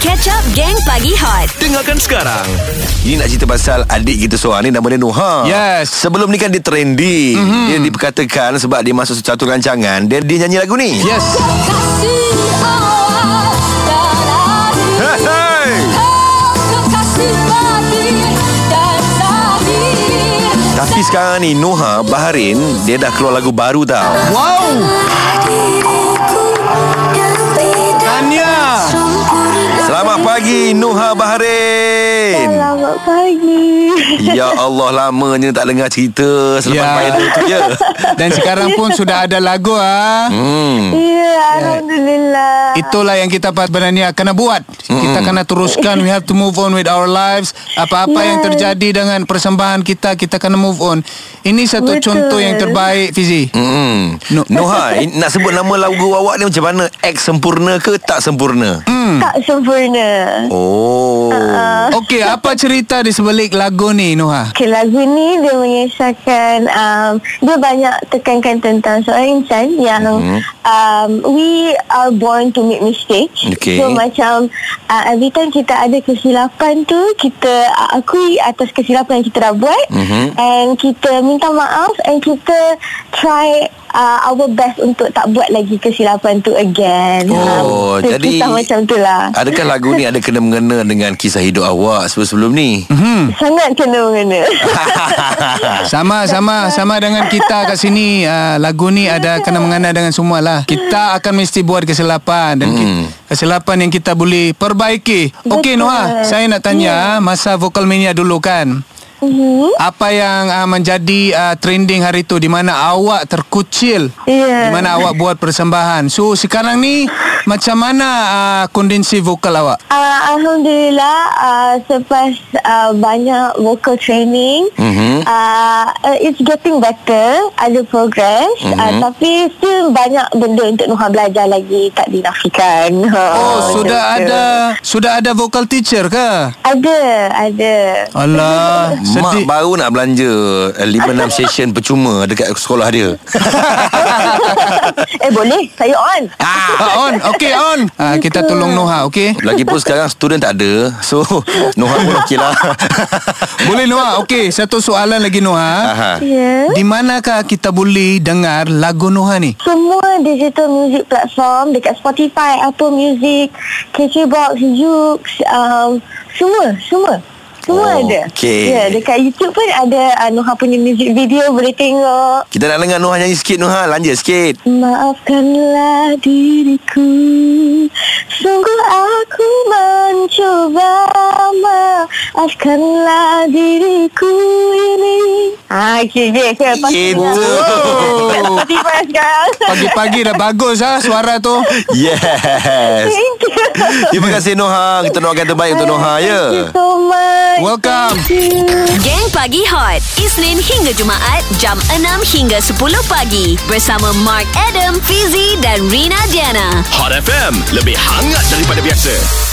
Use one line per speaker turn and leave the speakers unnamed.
Catch up Gang Pagi Hot
Dengarkan sekarang Ini nak cerita pasal Adik kita seorang ni Nama dia Nuha
Yes. Mhm.
Sebelum ni kan dia trendy mm-hmm. Dia diperkatakan Sebab dia masuk satu rancangan Dia, dia nyanyi lagu ni
Yes.
Kasih awak dan adik
Hey, hey.
Kau kasih mati dan sabi
Tapi sekarang ni Nuha Baharin Dia dah keluar lagu baru tau
Wow.
Diriku yang tidak
Tanya.
sempurna
Selamat pagi Nuha Baharin
Selamat pagi.
Ya Allah lamanya tak dengar cerita Selepas
Ya.
yeah. viral tu je
Dan sekarang pun sudah ada lagu ah.
hmm.
Ya, Alhamdulillah.
Itulah yang kita sebenarnya kena buat. Kita kena teruskan. We have to move on with our lives. Apa-apa yang
Yes.
terjadi dengan persembahan kita, kita kena move on. Ini satu
Betul.
contoh yang terbaik, Fizi.
Hmm.
No.
Nuha in- Nak sebut nama lagu awak ni macam mana X sempurna ke tak sempurna
Hmm.
Tak sempurna.
Oh
Okey, apa cerita di sebalik lagu ni, Noha?
Okay, lagu ni dia mengisahkan um, dia banyak tekankan tentang seorang insan yang
Mhm.
um, we are born to make mistakes.
Okay.
So macam uh, every time kita ada kesilapan tu kita uh, akui atas kesilapan yang kita dah buat
Mhm.
and kita minta maaf and kita try uh, our best untuk tak buat lagi kesilapan tu again.
Oh,
so,
jadi
Ya. kisah macam tu lah.
Adakah lagu ni ada kena-mengena dengan kisah hidup awak sebelum-sebelum ni?
Sangat kena mengena.
Sama sama sama dengan kita kat sini uh, lagu ni ada kena mengena dengan semua lah. Kita akan mesti buat kesilapan dan ki- kesilapan yang kita boleh perbaiki. Okey
Betul. Ya.
Noah, saya nak tanya ah, masa Vocal Mania dulu kan.
Mhm.
Apa yang uh, menjadi uh, trending hari tu di mana awak terkucil? Di
Ya.
mana awak buat persembahan. So sekarang ni macam mana uh, kondisi vokal awak?
Uh, Alhamdulillah uh, selepas uh, banyak vocal training
Mhm.
uh, uh, it's getting better ada progress uh,
Mhm.
tapi still banyak benda untuk Nuha belajar lagi tak dinafikan
Oh,
Ha,
sudah
macam tu.
ada sudah ada vokal teacher ke?
ada ada
Alah, sedih.
Mak baru nak belanja 5-6 session percuma dekat sekolah dia.
eh boleh saya on
Ah, on. Okey, on. Ah, kita tolong Noha, okey?
Lagipun sekarang student tak ada. So, Noha pun okey lah.
Boleh Noha. Okey, satu soalan lagi Noha.
Aha.
yeah.
Di manakah kita boleh dengar lagu Noha ni?
Semua digital music platform dekat Spotify, Apple Music, KKBox, Joox, um, semua, semua. Semua
Oh,
ada.
okey.
Ya, dekat YouTube pun ada uh, Noha punya music video boleh tengok.
Kita nak dengar Noha nyanyi sikit Noha. Lanjut sikit.
Maafkanlah diriku Sungguh aku mencoba Maafkanlah diriku ini Ah, okay, okay, okay. Lepas tu
Itu.
dengar. Spotify sekarang
Pagi-pagi dah bagus ah suara tu.
Yes.
Thank you
Terima kasih Noha. Kita doakan terbaik untuk Noha ya.
Thank you so much.
Welcome.
Thank you.
Gang Pagi Hot Isnin hingga Jumaat Jam 6 hingga 10 pagi Bersama Mark Adam Fizi dan Rina Diana
Hot FM Lebih hangat daripada biasa